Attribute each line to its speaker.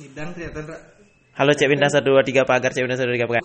Speaker 1: Bidang kelihatan Ra.
Speaker 2: Halo Cek Bintang 123 pagar Cek Bintang 123 pagar.